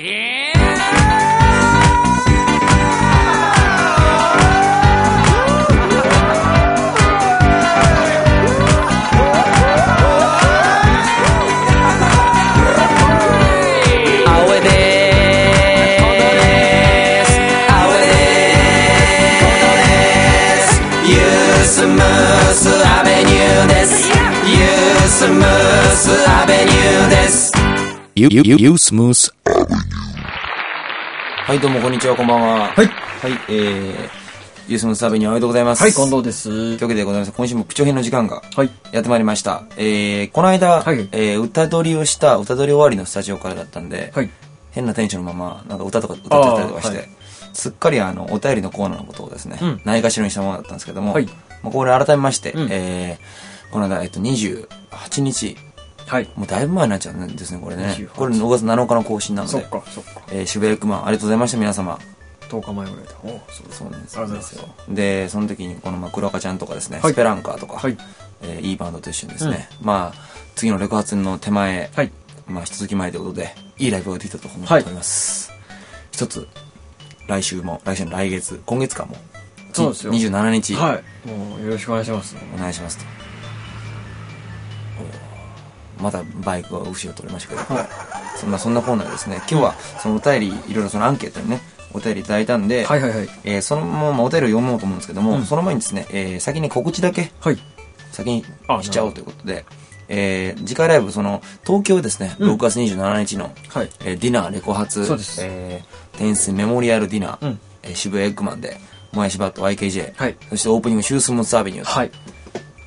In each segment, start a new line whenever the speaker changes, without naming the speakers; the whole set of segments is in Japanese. え
青江です青江ですユースムースアベニューですユースムースアベニューです
You, you, you, you smooth
はいどうもこんにちはこんばんははいはいえーユースムースアベニューおめでとうございます
はい、近藤です
という。わけでございます今週もプチョ編の時間が
はい。
やってまいりました、えー、この間、
はい
えー歌取りをした歌取り終わりのスタジオからだったんで、
はい。
変なテンションのままなんか歌とか歌ってたりとかして、
あーはい
すっかりあのお便りのコーナーのことをですね
うん
ないがしろにしたものだったんですけども、
はい
まあ、これ改めまして、
うん
えーこの間、えっと、28日
はい。
もうだいぶ前になっちゃうんですねこれね
28
これ5月7日の更新なの
そっ
で、
か、そっか。
えー、渋谷クマンありがとうございました皆様
10日前ぐらいだ。おうそうです。
そうなんです
ありがとうござい
よでその時にこのまあ黒赤ちゃんとかですね、
はい
スペランカーとか、
はい。
えーいいバンドと一緒にですね、まあ次のレコ発の手前、
はい。
まあ一月前ということでいいライブができたと思っております、一つ来週も来週の来月今月かも
そうですよ
27日、
はい。もう、よろしくお願いします。
お願いしますとおーまたバイクが後ろ取れましたけど、そんなそんなコーナーですね今日はそのお便りいろいろそのアンケートにねお便りいただいたんで、
はいはいはい。
えーそのままお便りを読もうと思うんですけども、
うん
その前にですね、えー先に告知だけ
はい。
先に
あ
しちゃおうということで、えー次回ライブ、その、東京ですね、
うん
6月27日の、
はい。
えーディナーレコ発、
そうです
えー、テンスメモリアルディナー、
うん
えー渋谷エッグマンで、もやしばと YKJ、
はい
そしてオープニングシュースムーツアベニューと、
はい。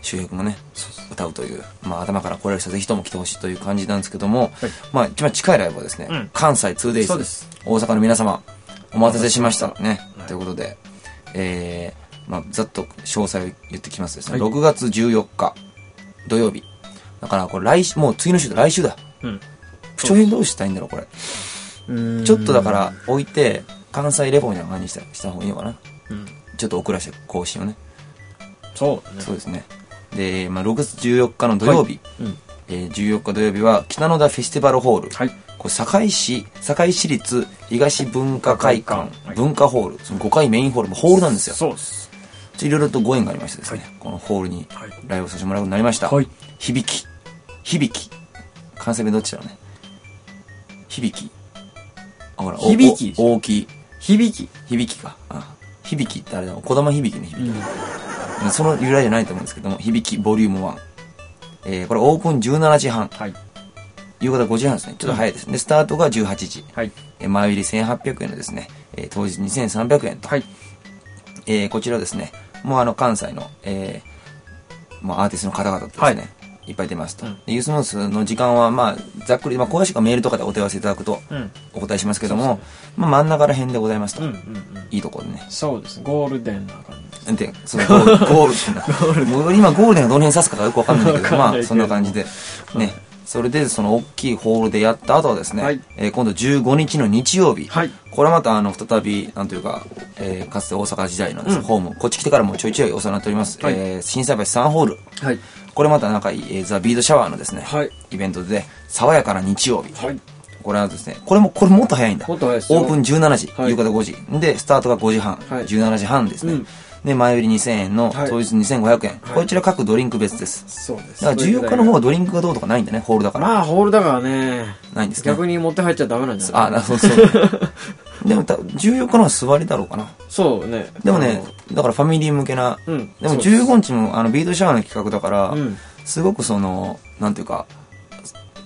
周平君もね、歌うという、まあ頭から来れる人はぜひとも来てほしいという感じなんですけども、
はい
まあ一番近いライブはですね、
うん
関西 2days、
そうです
大阪の皆様、お待たせしました。ね、
はい
ということで、えー、まあざっと詳細を言ってきますとですね、
はい
6月14日土曜日。だからこれ来週、もう次の週だ、来週だ。
うん。
不調編どうしたいんだろう、これ。
うん
ちょっとだか、ら置いて、関西レポみたいな感じにしたした方がいいのかな。
うん。
ちょっと遅らせて更新をね。
そうね。
そうですね。で、まあ6月14日の土曜日。
うん。
えー14日土曜日は北野田フェスティバルホール、
はい。
これ堺市堺市立東文化会館
はい
文化ホールその5階メインホールもホールなんですよ
そうです。
ちょいろいろとご縁がありましてですね、
はい
このホールに
はい
ライブをさせてもらうことになりました、
はい
響き響き関西弁どっちだろうね響きあほらお
響き
お大きい
響き。
響きかあ響きってあれだもん児玉響きの響きその由来じゃないと思うんですけども響きボリューム1、えーこれオープン17時半
はい。
夕方5時半ですね。ちょっと早いですね。で、スタートが18時。
はい。
えー前売り1800円のですね、えー当日2300円と。
はい。
えーこちらですね、もうあの、関西の、えーまあ、アーティストの方々とですね、い、っぱい出ますと。
うん
でユースモースの時間は、まあ、ざっくり、まあ、詳しくはメールとかでお問い合わせいただくと
うん。
お答えしますけども、まあ、真ん中ら辺でございますと。
うんうんうん。
いいところでね。
そうです。ゴールデンな感じです。
で、そのゴー ル、ゴールってな。もう今ゴールデンがどの辺指すかがよくわかんないんだけど、
わかんな
ま
い
あ
け
そ
ど
んな感じで。ね。それで、その大きいホールでやった後はですね、
はい
えー今度15日の日曜日。
はい
これまた、あの、再び、なんというか、えーかつて大阪時代のですね、ホーム、こっち来てからもちょいちょいお世話になっております、
はい
えー、震災橋サンホール。
はい。
これまた仲いい、えーザ・ビードシャワーのですね、
はい
イベントで、爽やかな日曜日。
はい。
これはですね、これも、これもっと早いんだ。
もっと早いですよ
オープン17時、
はい
夕方5時。で、スタートが5時半、
はい
17時半ですね。
うん
で、前売り2000円の、
はい
当日2500円。
はい
こちら各ドリンク別です。
そうです。
だから14日の方はドリンクがどうとかないんだね、ホールだから。
まあ、ホールだからね。
ないんですね。
逆に持って入っちゃダメなんじゃない
あ、なそうそう。 でもた、14日の方は座りだろうかな。
そうね。
でもね、だからファミリー向けな。
うん
でも
そうです
15日もあのビートシャワーの企画だから、
うん
すごくその、なんていうか、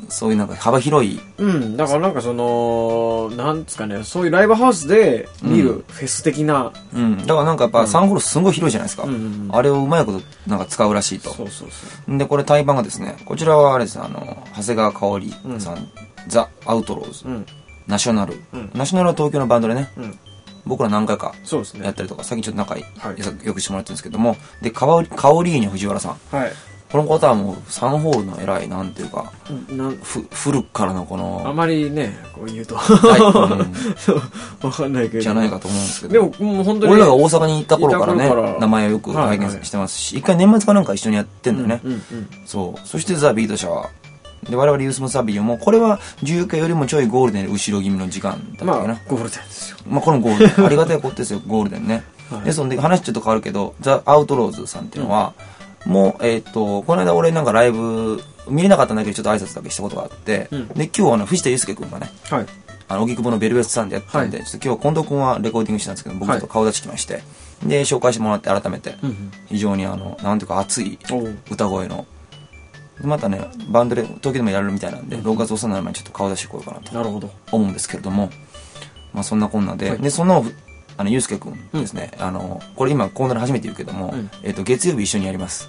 そういうなんか幅広い
うん、だからなんかその、なんですかね、そういうライブハウスで見
う
るフェス的な、
うん、だからなんかやっぱサンホールすごい広いじゃないですか、
うんうんうん
あれをうまいことなんか使うらしい
そ
と
うそうそ
でこれ対バンがですねこちらはあれですあの長谷川香織さん、ザ・アウトローズ、
う。うん、
ナショナル、
うん
ナショナルは東京のバンドでね
うん。
僕ら何回か
そうです
やっ
ね。
たりとか最近ちょっと仲いい、
はい
よくしてもらってるんですけどもで香織香織に藤原さん
はい。
この方はもうサンホールの偉いなんていうか
なん
ふ古くからのこ
あ
の
まりね、こう言うと、
大根
わかんないけど。
じゃないかと思うんですけど
でも、もう本当に。
俺らが大阪に行った頃からね
いた頃から
名前をよく拝見してますし、一回年末かなんか一緒にやってんだよね、
うんうん。
そう。そしてザ・ビート社は、で、我々ユースムサビオも、これは14日よりもちょいゴールデンより後ろ気味の時間だった
ま
っけな
あ。、ゴールデンですよ。
まあ、これもゴールデン。ありがたいことですよ、 ゴールデンね。で、そんで、話ちょっと変わるけど、ザ・アウトローズさんっていうのは、もう、えっ、と、この間俺なんかライブ、見れなかったんだけど、ちょっと挨拶だけしたことがあって、
ん
で、今日あの、藤田祐介君がね、
はい。
あの、荻窪のベルベスさんでやったんで、
は
ちょっと今日近藤君はレコーディングしてたんですけど、僕ちょっと顔出してきまして、で、紹介してもらって改めて、
うんうん
非常にあの、なんていうか熱い
おう
歌声の、でまたね、バンドで東京でもやるみたいなんで、6月収まる前にちょっと顔出してこようかなと。
なるほど。
思うんですけれども、まあ、そんなこんなで、
はい
でそのあのゆうすけくんですね、あのこれ今コーナーで初めて言うけども、
うん
えっと月曜日一緒にやります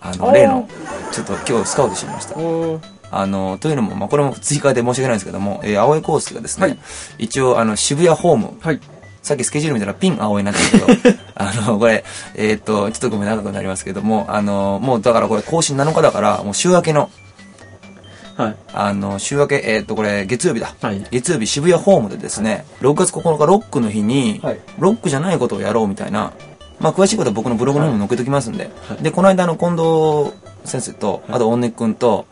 あ
お
の
ー
例のちょっと今日スカウトしてみました
おー
あのというのも、まあ、これも追加で申し訳ないんですけども、えー、青江康介がですね、
はい
一応あの渋谷ホーム
はい。
さっきスケジュール見たらピン青いなっ てたけど、あの、これ、えーっと、ちょっとごめん長くなりますけども、あの、もうだからこれ更新7日だから、もう週明けの、
はい。
あの、週明け、えーっと、これ、月曜日だ。
はい
月曜日、渋谷ホームでですね、6月9日ロックの日に、
はい
ロックじゃないことをやろうみたいな、まあ、詳しいことは僕のブログの方にも載っけときますんで、
はい
で、この間、あの、近藤先生と、あと、音根くんと、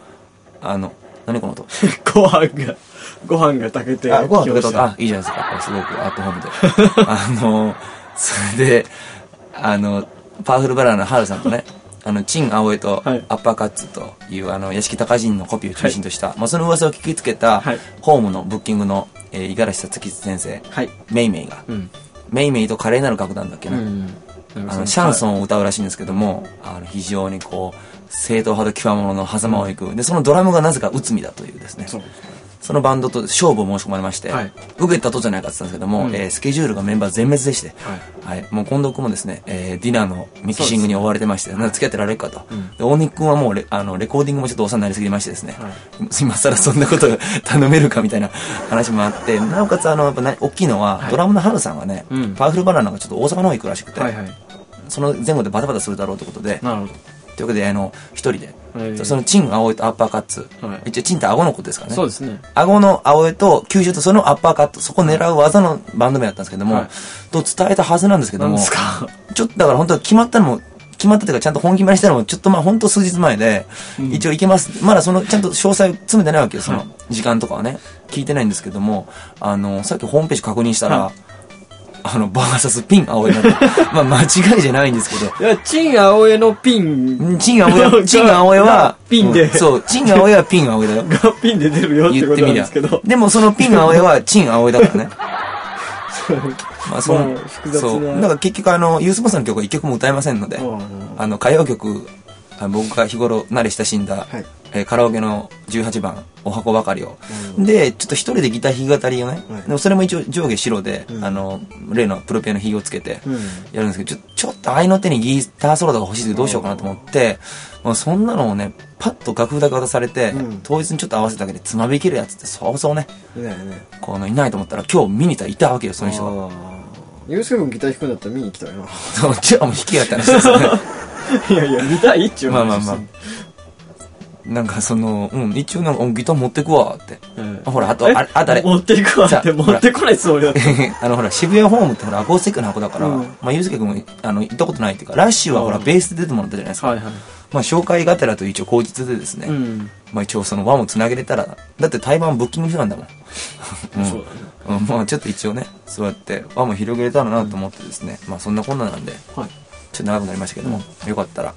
あの、何この音
ご飯が、ご飯が炊けて。
あ、ご飯食べ
来ま
た
し
あ、いいじゃないですか。 あすごくアットホームで。あ の、それで、あの、パワフルバラーのハルさん とね、あの、チン・アオエと、ア
はい
ッパーカッツという、あの、屋敷隆人のコピーを中心とした、まあ、その噂を聞きつけた、
はい
ホームのブッキングの、えー、五十嵐さつき先生、
はい。
メイメイが、
うん。
メイメイと華麗なる楽団だっけ
う
な、
ん。なんか
あ
そ
の、シャンソンを歌うらしいんですけども、あの、非常にこう、正統派と極物の狭間を行く。で、そのドラムがなぜか内海だというですね。
そう。
そのバンドと勝負を申し込まれまして、
はい
受けたとじゃないかって言ったんですけども、えースケジュールがメンバー全滅でして、はいもう近藤君もですね、えーディナーのミキシングに追われてまして、なんか付き合ってられるかと。で、大西君はもうレあのレコーディングもちょっとお世話になりすぎましてですね、今更そんなこと 頼めるかみたいな話もあって、なおかつあの、やっぱな大きいのは、ドラムのハルさんがね、
うん
パワフルバナナがちょっと大阪の方行くらしくて、
はいはい。
その前後でバタバタするだろうということで、
なるほ
というわけで、あの、一人で、
はい
そのチン、青いとアッパーカッツ、
はい
一応チンって顎のことですから
ど。
ね。
そうですね。
顎の青江と九州とそのアッパーカット、そこ狙う技のバンド名だったんですけども、
はい
と伝えたはずなんですけど
なん
も、
ですか
ちょっとだから本当は決まったのも、決まったというかちゃんと本決まりしたのも、ちょっとまあ本当数日前で、一応いけます。まだその、ちゃんと詳細詰めてないわけよ、その、時間とかはね、聞いてないんですけども、あの、さっきホームページ確認したら、
は
あの、バーサスピン青江なんで、 まあ間違いじゃないんですけど、
いや、チン青江のピン
うんチン青江は、チン青江 は
が、ピンで
うんそう、チン青江はピン青江 だよ。
がピンで出るよって
言
こと
って
な
み
んで
りゃ
すけど。。
でもそのピン青江は、チン青江だ からね。まあ、その、
まあ複雑な
そう。だから結局、あの、ユースボさんの曲は一曲も歌えませんので、
うん
あの、歌謡曲、あの僕が日頃慣れ親しんだ、
はい
えーカラオケの18番、お箱ばかりを。で、ちょっと一人でギター弾き語りをね、
はい
でもそれも一応上下白で、
うん
あの、例のプロピアの火をつけて
うん、
やるんですけど、ちょちょっと合いの手にギターソロとか欲しいけどどうしようかなと思って、まあ、そんなのをね、パッと楽譜だけ渡されて、
うん
当日にちょっと合わせただけでつまびきるやつってそうそうね、
いないね。
このいないと思ったら今日見に行ったらいたわけよ、その人が。
ユースケ君ギター弾くんだったら見に行きたいな。
そう、じゃあもう引きやった話ですね。
いやいや、見たいっちゅう
まあ
話
まあまあ。なんかその、うん、一応なんか、うんギター持ってくわって。
うん
あほら、あと、あれ、あとあれ。
持っていくわって、持ってこないつもりだった。
あのほら、渋谷ホームってほら、アコースティックの箱だから、
うん
まあ、ゆうすけくんも、あの、行ったことないっていうか、ラッシュはほら、
うん
ベースで出てもらったじゃないですか。
はいはい。
まあ、紹介がてらと一応、口実でですね、
うん。
まあ一応その輪も繋げれたら、だって台湾ブッキングしてたんだもん。うん
そう
うんまあちょっと一応ね、そうやって輪も広げれたらなと思ってですね、まあそんなこんななんで、
はい。
ちょっと長くなりましたけども、よかったら、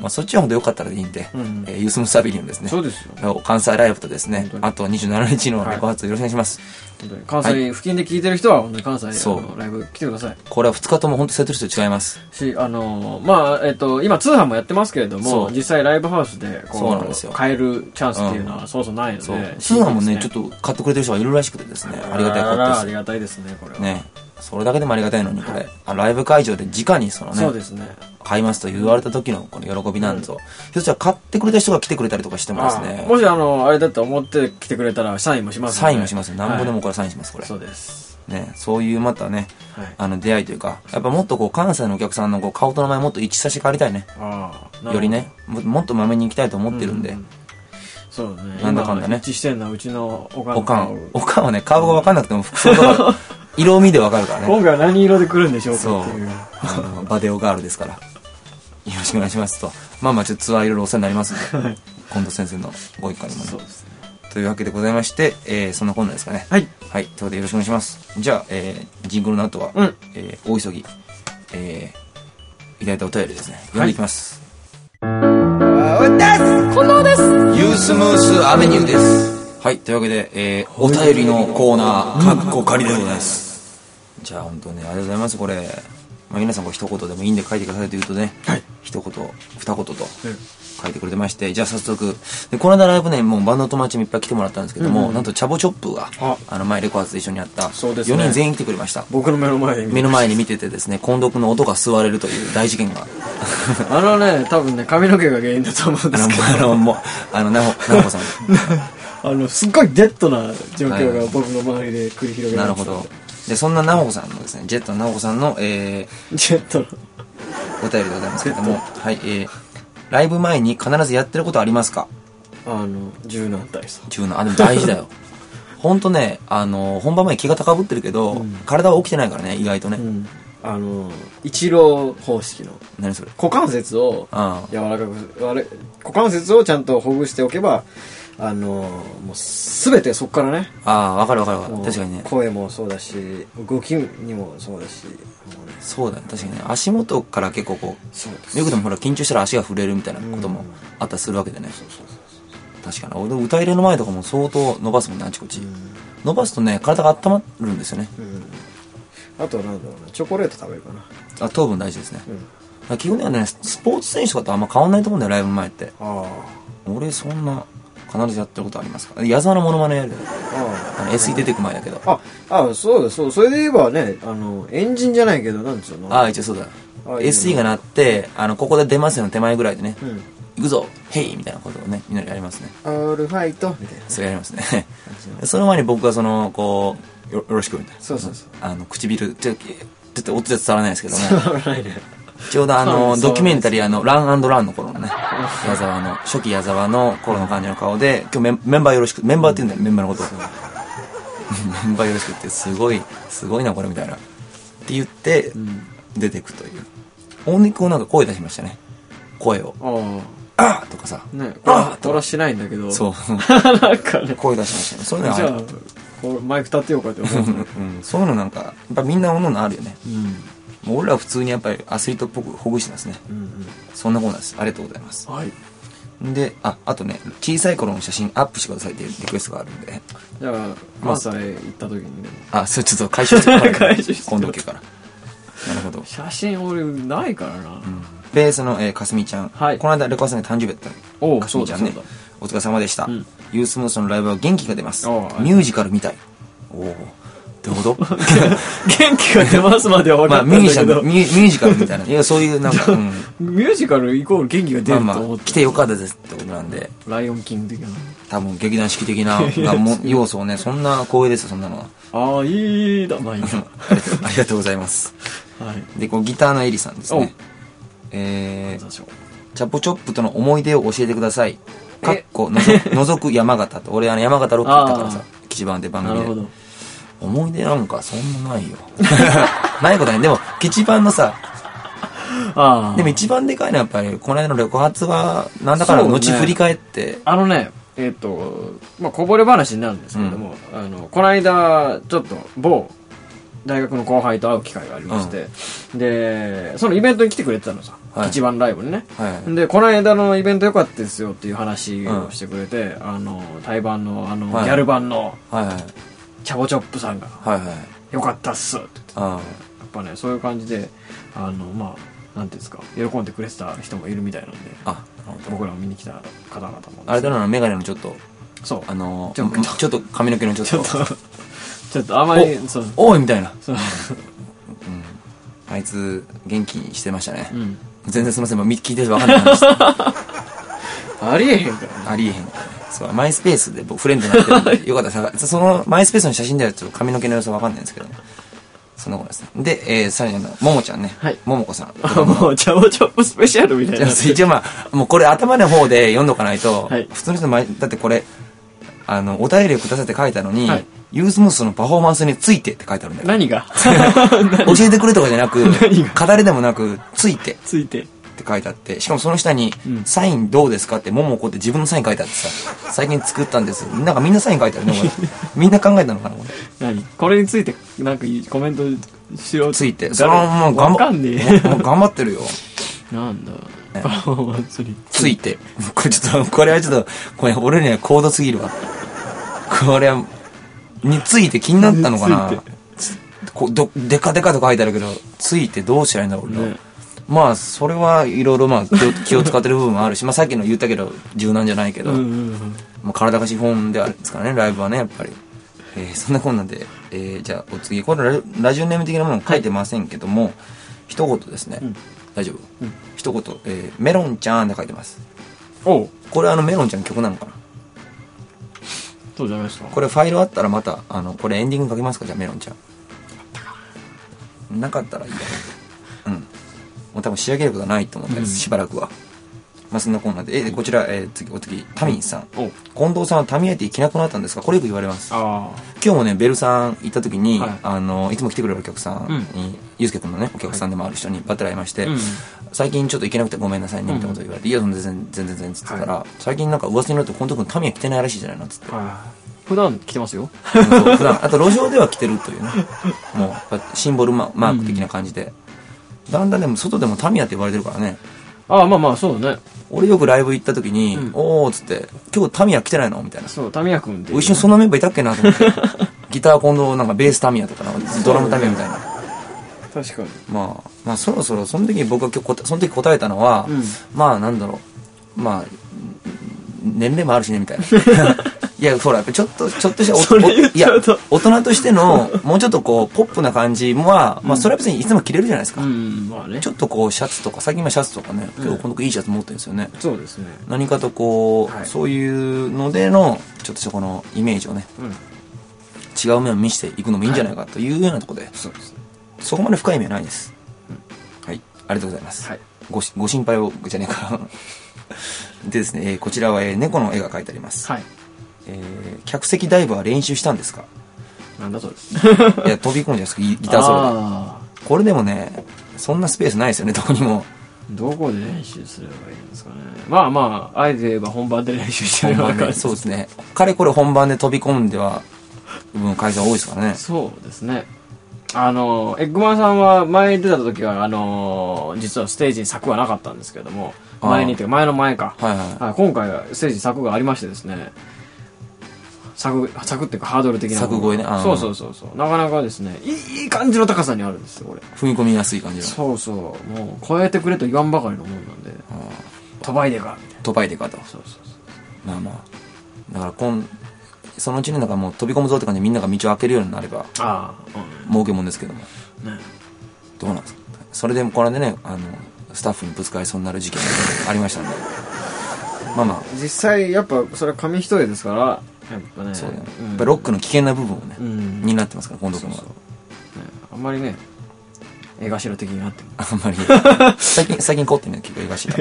まあそっちはほんとよかったらでいいんで、
うん
えーユースムサビリンですね。
そうですよ。
関西ライブとですね
本当、に
あと27日のレコ発よろしくお願いします。
本当に関西付近で聞いてる人は、本当に関西
そう
あのライブ来てください。
これは2日とも本当セットリスト違います。
し、あのーまあ、えっと、今通販もやってますけれど
そ
も
う、
実際ライブハウスで、こ
そうなんですよ
買えるチャンスっていうのはそうそうないの
そう
で。。
スーダンもね、ちょっ
と、
と買ってくれてる人がいるらしくてですね、ありがたいこと
あ
で
らあ
す
り。がたいですね、これは。
ね。それだけでもありがたいのに、これ、あライブ会場で直にそのね、
そうですね。
買いますと言われた時のこの喜びなんぞ。そしたら買ってくれた人が来てくれたりとかしてもです
あ
ね
あ、もし、あの、あれだって思って来てくれたら、サインもしますので
サインもしますよ。なんぼでも
は
これサインします、これ
い。そうです。
ね、そういうまたね、
はい
あの出会いというか、やっぱもっとこう関西のお客さんのこう顔と名前もっと一致させて変わりたいね。
ああ、なるほど
より。ね、ももっとまめに行きたいと思ってるんで、
そうだね。
なんだかんだね
今一致してんのはうちのおかんの
おかん、おかんはね、顔が分かんなくても 服装とか、色味で分か るからね。
今回は何色で来るんでしょう
そう
かっていう。
あのバデオガールですから。よろしくお願いしますと。まあまあ、ちょっとツアーいろいろお世話になりますんで。近藤先生のご一家にもね
そうですね
というわけでございまして、えーそんなこんなですかね
はい
はいということでよろしくお願いしますじゃあ、えージングルの後は、
うん
えー大急ぎえーいただいたお便りですね読んでいきます、ユースムースアベニューですはいというわけで、えーお便りのコーナーかっこ仮でございます、じゃあ本当ねありがとうございますこれ、まあ、皆さんこれ一言でもいいんで書いてくださいというとね、
はい
一言二言と書いてくれてましてじゃあ早速でこの間ライブねもうバンドの友達もいっぱい来てもらったんですけども、なんとチャボチョップが
あ
あの前レコーズで一緒にやった
そう
4
ですね
人全員来てくれました
僕の目の前に
目の前に見ててですね近藤君の音が吸われるという大事 件が
あのね多分ね髪の毛が原因だと思うんで
あ
す
の
けど
あのもうあの奈穂奈穂子さん
あのすっごいデッドな状況が僕の周りで繰り広げられ
なる
てた
ほ
んで
どでそんな奈穂子さんのですねジェットの奈穂子さんの、えー
ジェットの
お便りでございますけども、はいえーライブ前に必ずやってることありますか
あの柔軟体操
中のあでも大 事だよほんとねあの本番前に気が高ぶってるけど、体は起きてないからね意外とね、
うんあの一郎方式の
何それ
股関節を
ああ
柔らかくあれ股関節をちゃんとほぐしておけばあのもう全てそこからね
ああ分かる分かる分か
もう
る確かにね
声もそうだし動きにもそうだしもうね
そうだね確かにね足元から結構こ
そうで
うよくでもほら緊張したら足が震えるみたいなこともあったりするわけでね、確かに俺歌入れの前とかも相当伸ばすもんねあちこち、伸ばすとね体が温まるんですよね、
あとはなんだろうなチョコレート食べるかな
あ糖分大事ですね、だから基本的にはねスポーツ選手とかとあんま変わんないと思うんだよライブ前って
あ
俺そんな必ずやってることありますか矢沢のモノマネやるよ
ああ
あの SE 出てく前だけど
あああそうだそうそれで言えばねあのエンジンじゃないけどなんですよ
ああ一応そうだ
あいいね
SE が鳴ってあのここで出ますよの手前ぐらいでね、
うん
行くぞヘイみたいなことをねみんなでやりますね
アールファイトみたいな
それやります ねその前に僕がそのこうよよろしくみたいな
そうそうそう
あの唇ちょっとちょっとお手伝伝わらないですけど
伝
も
わらないね
ちょうどあの
そう
ドキュメンタリーあのランランの頃のね矢沢の初期矢沢の頃の感じの顔で今日メンメンバーよろしくメンバーって言うんだよメンバーのこと をメンバーよろしくってすごいすごいなこれみたいなって言って出てくという大西君なんか声出しましたね声を
あ
「あーとかさ
あねこれ
あー
これはしないんだけど
そう
なんかね
声出しましたねそういうの
じゃ
は
あこれマイク立ってようかって思う
うん、そういうのなんかやっぱみんなおのおのあるよね
うん
もう俺らは普通にやっぱりアスリートっぽくほぐしてますね
うん
そんなことなんですありがとうございます
うんはい
でああとね小さい頃の写真アップしてくださいっていうリクエストがあるんで
じゃあ関西行った時にね
あそれちょっと回 収してもらう
回収して
近藤家からなるほど
写真俺ないからな
ベースの、えー、かすみちゃん、
はい
この間レコーさんが誕生日だったの
おう
かすみちゃんね
そうだそ
お疲れ様でした、
ん
ユースムースのライブは元気が出ますミ
おうはい
ュージカルみたいおおってこ と
元気が出ますまでは分か
ま
っ
あミ
た
ュー
ん
ジ
だ
シャ
け
ン
ど
ミュミュージカルみたいないやそういうなんか、うん、
ミュージカルイコール元気が出ると
まあ
思
ま
っ
あ
て
来てよかったですってことなんで
ライオンキング的な
多分劇団四季 的ながも要素をねそんな光栄ですよそんなのは
ああいいだまあいいな
ありがとうありがとうございます
はい
でこうギターのエリさんですねえ
どう
ー、
しよ
チャポチョップとの思い出を教えてくださいかっ
え
こ のぞ覗く山形と俺あの山形ロック行ったからさ
あ
基地番で
う
番
なるほ
組で
ど
思い出なんかそんなないよ ないことないでも基地番のさ
ああ
でも一番でかいのはやっぱりこの間の旅発はなんだかんだ
そうね
後振り返って
あのね、えっ、と、まあ、こぼれ話になるんですけれども、あの、この間、ちょっと、某、大学の後輩と会う機会がありまして、で、そのイベントに来てくれてたのさ、
はい
一番ライブにね。
はい
で、この間のイベント良かったですよっていう話をしてくれて、あの、対バンの、あの、
はい
ギャル版の、
はいはい
チャボチョップさんが、
はいはい
良かったっすって言って
あ
やっぱね、そういう感じで、あの、まあ、なんていうんですか、喜んでくれてた人もいるみたいなんで、
ああなるほど
僕らを見に来た方々もですね、
あれだなメガネのちょっと
そう。
あの
ちょっと
ちょっと髪の毛のちょっ
ちょ
と
っと、 ちょっとあまり、そう、
おいみたいな
そう、
あいつ元気にしてましたね、
うん。
全然すみませんもうみ聞いてて分かんない話
ありえへんから。
ありえへんそうマイスペースで僕フレンドになってるんでよかった ら探そのマイスペースの写真ではちょっと髪の毛の様子は分かんないんですけどそんなことですねで、えー、さらにあのももちゃんね、
はい
ももこさん
あ、 もう、チャボチョップスペシャルみたい
じゃ
な
あ。一応まあもうこれ頭の方で読んどかないと、
はい
普通の人の前だってこれあのお便りをくださいって書いたのに、
はい
ユースムースのパフォーマンスについてって書いてあるんだよ
何が
教えてくれとかじゃなく
何
語りでもなくついてっ
ついて。
て書いてあって、しかもその下に、サインどうですかって、ももこって自分のサイン書いてあってさ、最近作ったんです。なんかみんなサイン書いてあるね、これみんな考えたのかな、これ。
何これについて、なんかコメントしろ
ついて。それはもう頑
わか
張
んね
もうもう頑張ってるよ。
え。なんだ。パフォーマンスに。
ついて。これちょっと、これはちょっと、これ俺には高度すぎるわ。これは、について気になったのかな
について
つこどでかでかと書いてあるけど、ついてどうしたらいいんだろう、俺は
ね
まあ、それはいろいろまあ気を気を使ってる部分もあるし、まあさっきの言ったけど、柔軟じゃないけど、
うんうんうん。
まあ、体が資本であるんですからね、ライブはね、やっぱり。えーそんなこんなんで、えーじゃあお次、これラジオラジオネーム的なもの書いてませんけども、一言ですね。大丈夫、一言、えーメロンちゃんって書いてます。
おう、
これあのメロンちゃんの曲なのかな
そうじゃないですか。
これファイルあったらまた、あの、これエンディングかけますかじゃあメロンちゃん。なかったらいいや。うん。もう多分仕上げることはないと思ったです、しばらくは。まあそんなこんなで。えーこちら、えー次、お次、タミンさん。
お
近藤さんはタミヤティ着なくなったんですかこれよく言われます。
あ
今日もねベルさん行った時に、
はい
い、あのいつも来てくれるお客さんに、ゆうすけ君のねお客さんでもある人にバッタリ会いまして、
うん
最近ちょっと行けなくてごめんなさいねみたいなこと言われて、いや全然全然全然っつってたら、最近なんか噂になるとこの時のタミヤ着てないらしいじゃないのっつって
あ。はい。普段来てますよ。
うん普段あと路上では着てるというねもうやっぱシンボルママーク的な感じで、だんだんでも外でもタミヤって言われてるからね
ああ、まあまあ、そうだね。
俺よくライブ行った時に「
うん
おお」っつって「今日タミヤ来てないの?」みたいな
そう、タミヤ君っていう。
一瞬そんなメンバーいたっけなと思って ギター今度なんかベースタミヤとかなんかドラムタミヤみたいな
確かに。
まあ、まあそろそろその時に僕が今日答えその時答えたのは、
うん
まあなんだろうまあ年齢もあるしねみた いないやほらやっぱちょっとちょっとしたお
それ言っちゃうと
いや大人としてのもうちょっとこうポップな感じは、まあそれは別にいつも着れるじゃないですか、
うん、まあね
ち。ょっとこうシャツとか最近はシャツとかね結構この子いいシャツ持ってるんですよね、
そうですね。
何かとこう、
はい
そういうのでのちょっとしたこのイメージをね
うん。
違う面を見せていくのもいいんじゃないかというようなところで、
そうですね。
そこまで深い意味はないです。はい。ありがとうございます。
はい
ごしご心配を、じゃねえか。 でですね、えーこちらは、えー猫の絵が描いてあります。
はい。
えー客席ダイブは練習したんですか
なんだそれ。ギ
いや、飛び込むじゃないですか、ギギターソロ
あ
で。これでもね、そんなスペースないですよね、どこに も。
ーどこで練習すればいいんですかね。まあまあ、あえて言えば本番で練習して
本
るわ
番
け
で。
です
そうですね。かれこれ本番で飛び込んでは、うん、会社多いですからね。
そうですね。あの、エッグマンさんは前に出た時は、あの、実はステージに柵はなかったんですけども、
あー
前にっていうか前の前か。
はいはい
い今回はステージに柵がありましてですね、柵、柵っていうかハードル的な。
柵越えねあー
そうそうそうそう。なかなかですね、いいいい感じの高さにあるんですよ、これ。
踏み込みやすい感じの。
そうそう。もう、超えてくれと言わんばかりのもんなんで、飛ばいでか、みたいな。
飛ばいでかと。
そうそうそう。
まあまあ。だから、こん、そのうちになんかもう飛び込むぞって感じでみんなが道を開けるようになれば、
ああ、
儲けもんですけども。
うん。ね。
どうなんですかそれでもこれでねあのスタッフにぶつかりそうになる事件がありましたんでまあまあ
実際、やっぱ、それは紙一重ですから、やっぱね。
そうだよね、
ん
やっぱロックの危険な部分をね、
うん
になってますから近藤君は
ねあんまりね絵頭的になっても
あんまり 最近最近凝ってね結構映画しら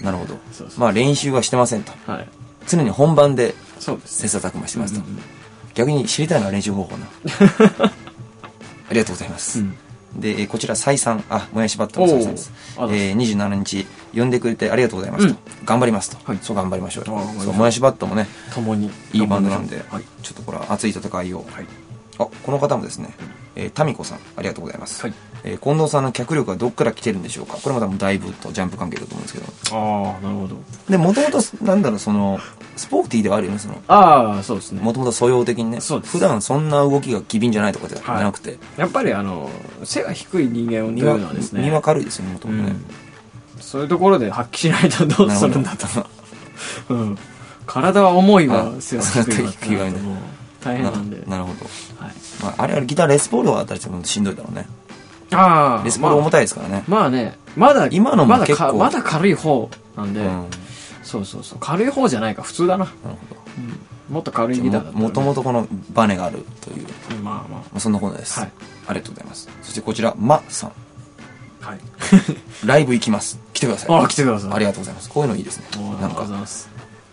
なるほど
そうそう
まあ練習はしてませんと
はい
常に本番で
そうですね
切磋琢磨してますと、逆に知りたいのは練習 方法なありがとうございます、
うん
でえーこちら再三あもやしバッターの再三です
おうあ、
えー、27日呼んでくれてありがとうございますと、頑張りますと、
はい
そう頑張りましょう
あー頑張りまし
そ
ょ
う
う
もやしバッターもね
共に
いいバンドなんで、
はい
ちょっとこれは熱い戦いを、
はい
あこの方もですね、えー、タミコさんありがとうございます、
はい
えー近藤さんの脚力はどっから来てるんでしょうかこれも多分だいぶとジャンプ関係だと思うんですけど
ああなるほど
でもともとなんだろうそのスポーティーではあるよねその
ああそうですね
もともと素養的にね
そうです
普段そんな動きが機敏じゃないとかじゃ
はい
なくて、
やっぱりあの背が低い人間をとい
身は
うのはです
身
ね
は軽いですよねもともとね、
そういうところで発揮しないとどう
な
す
るほ
る
ど
んだとうん体は重いわ
あ
背が低いわってなる
低いわ
と
ね
もう大変なんで
ななるほど、
はい
まあ、あれあれギターレスポールがあったりしてもしんどいだろうね
ああ
レスポール重たいですからね、
まあねまだ
今のも
まだか
結構
まだ軽い方なんで
うん
そうそうそう軽い方じゃないか普通だな
なるほど
もっと軽いギターだったらね
もともとこのバネがあるという、
まあま
まあ、そんなことです、
はい
ありがとうございますそしてこちらマさん
あ はい
ライブ行きます来てください
あ来てください
ありがとうございますこういうのいいですね
もう
な
なんん
か
かます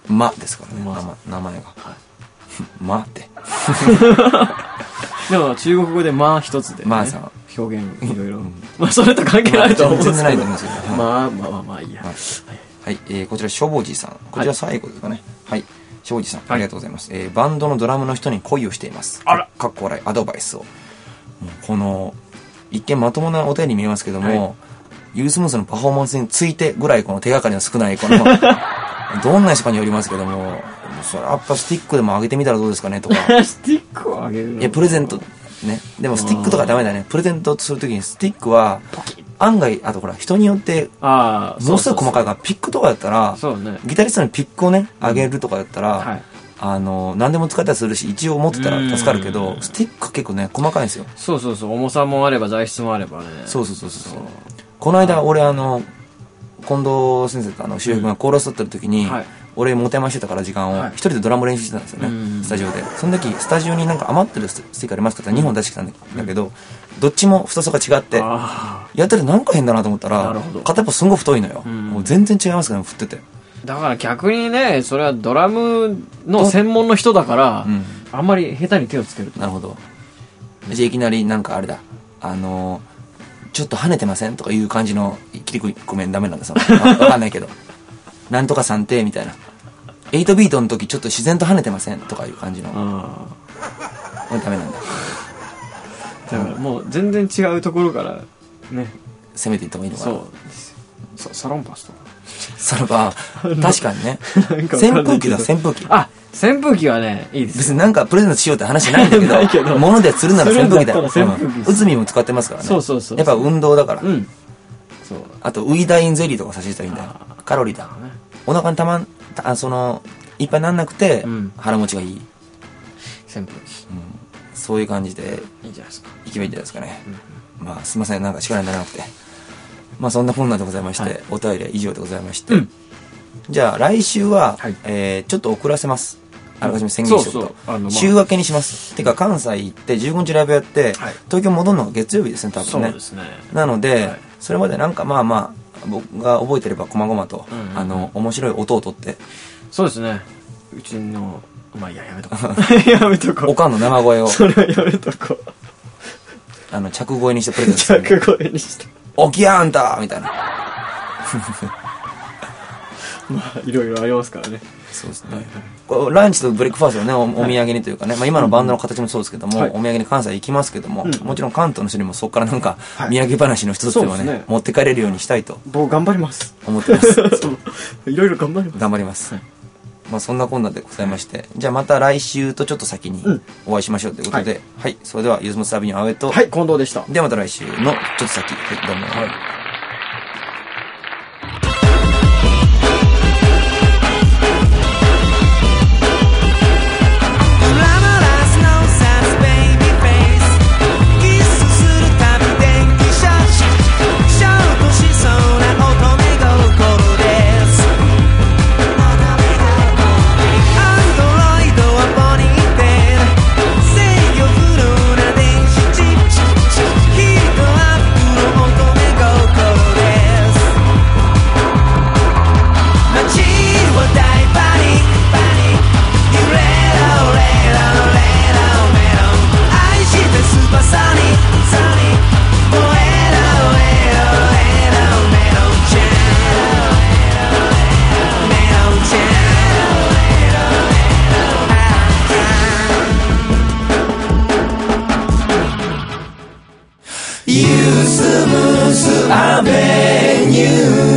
マですからね名
マ
前名前が
は
マって
いでも中国語で「まあ」一つで、ね、
マさん
表現いろいろ、まあそれと関係ないとは思うんですけど、
まあ全然ないと思うんですけど
まあまあまあまあいいや、
はいはい、えーこちら、しょぼじさん。こちら最後ですかね。はい。しょぼじさん、ありがとうございます。えーバンドのドラムの人に恋をしています。
あら
かっこ笑い、アドバイスを。もうこの、一見まともなお便りに見えますけども、ユースムースのパフォーマンスについてぐらい、この手がかりの少ない、こ の、どんな人かによりますけども、もうそれやっぱスティックでも上げてみたらどうですかねとか。
スティックをあげる
いや、プレゼント、ね。でも、スティックとかダメだね。プレゼントするときに、スティックは、案外、あとほら、人によって、
ああ
ものすごい細
い
かいから、ピックとかだったら、
そうね
ギタリストにピックをね、上げるとかだったら、
はい
あの、何でも使ったりするし、一応持ってたら助かるけ
う
ど、スティック結構ね、細かいんですよ。
そうそうそう重さもあれば材質もあればね
そうそうそうそう。この間、俺、あの、近藤先生とあの、修平君がコーラスだった時に、
はい
俺、持て余してたから時間を、
はい
一人でドラム練習してたんですよ
うん
ね、スタジオで。その時、スタジオになんか余ってるスティックありますかって2本出してきたんだけど、どっちも太さが違って、
あ
やっててなんか変だなと思った
な
ら
るほど、
片っぽすんごい太いのよ。
ん
もう全然違いますからね、振ってて。
あだから逆にねそれはドラムの専門の人だから、
うん
あんまり下手に手をつけると
なるほど。じゃあいきなりなんかあれだ、あのーちょっと跳ねてませんとかいう感じの切り込めんダメなんだ、その。 わわかんないけど。なんとか算定みたいな。8ビートの時ちょっと自然と跳ねてませんとかいう感じの。こ
あ
れダメなんだ。
あだからもう全然違うところからね
攻めていった方がいいのかな。
そうですよそサロンパスとか
それ は、確かにね。
なんかわかん
扇
ないけ
風機
ど
だ、扇風機。
あ扇風機はねいいです
別になんかプレゼントしようって話じゃないんだけ
ないけど
ど、物でするなら扇風機だよ。
するんだったら扇風機
うんうつみも使ってますからね。
そうそうそう
やっぱ運動だから。
うんそう
あと、ウイダインゼリーとか差し入れたらいいんだよ。カロリーだ。お腹にたまん、たあその、いっぱいなんなくて
うん、
腹持ちがいい。
扇風機
そういう感じで、
いいじゃないですか
いけばいいんじゃないですかね。まあ、すいません、なんか力にならなくて。まあ、そんなこんなでございまして、
はい
お便りは以上でございまして。じゃあ、来週は、
はい
えーちょっと遅らせます。あらかじめ宣言しておく
そう
と。
そうあのまあ
週明けにします。てか、関西行って、15日ライブやって、
はい
東京戻るのが月曜日ですね、多
そ
分ね。
うですね
なので、
はい
それまでなんかまあまあ、僕が覚えてれば細々と、
うんうんうん
あの、面白い音をとって、
そうですねうちのまあいいややめとこう やめと
お
こ
かんの生声を
う、それはやめとこう
あの、着声にしてプレゼント する。
着声にして
起きやあんたみたいな。
まあいろいろありますからね
そうですね。これランチとブレックファーストをね、おお土産にというかね、まあ今のバンドの形もそうですけども、
はい
お土産に関西行きますけども、もちろん関東の人にもそこからなんか、
はい
土産話の一つでも
そう
ね
ですね
持って帰れるようにしたいと
僕頑張ります
思ってます。
いろいろ頑張ります
頑張ります。まあそんなこんなでございまして、じゃあまた来週とちょっと先にお会いしましょうということで、はい、それでは、ゆずもつサビのアウェと、
はい近藤でした
ではまた来週のちょっと先、はい、どうも。
「ラマラスのサスベイビーフェイス」「キスするたび電気ショッシュ」「ショートしそうな乙女心です」「アンドロイドはポニーテール」「制御不能な電子チップ」「ヒートアップの乙女心です」街は大パニック揺れろ俺らの俺らのメロン愛してスーパーサニックサニック俺ら俺ら俺らのメロンちゃんメロンちゃんユースムースアベニュー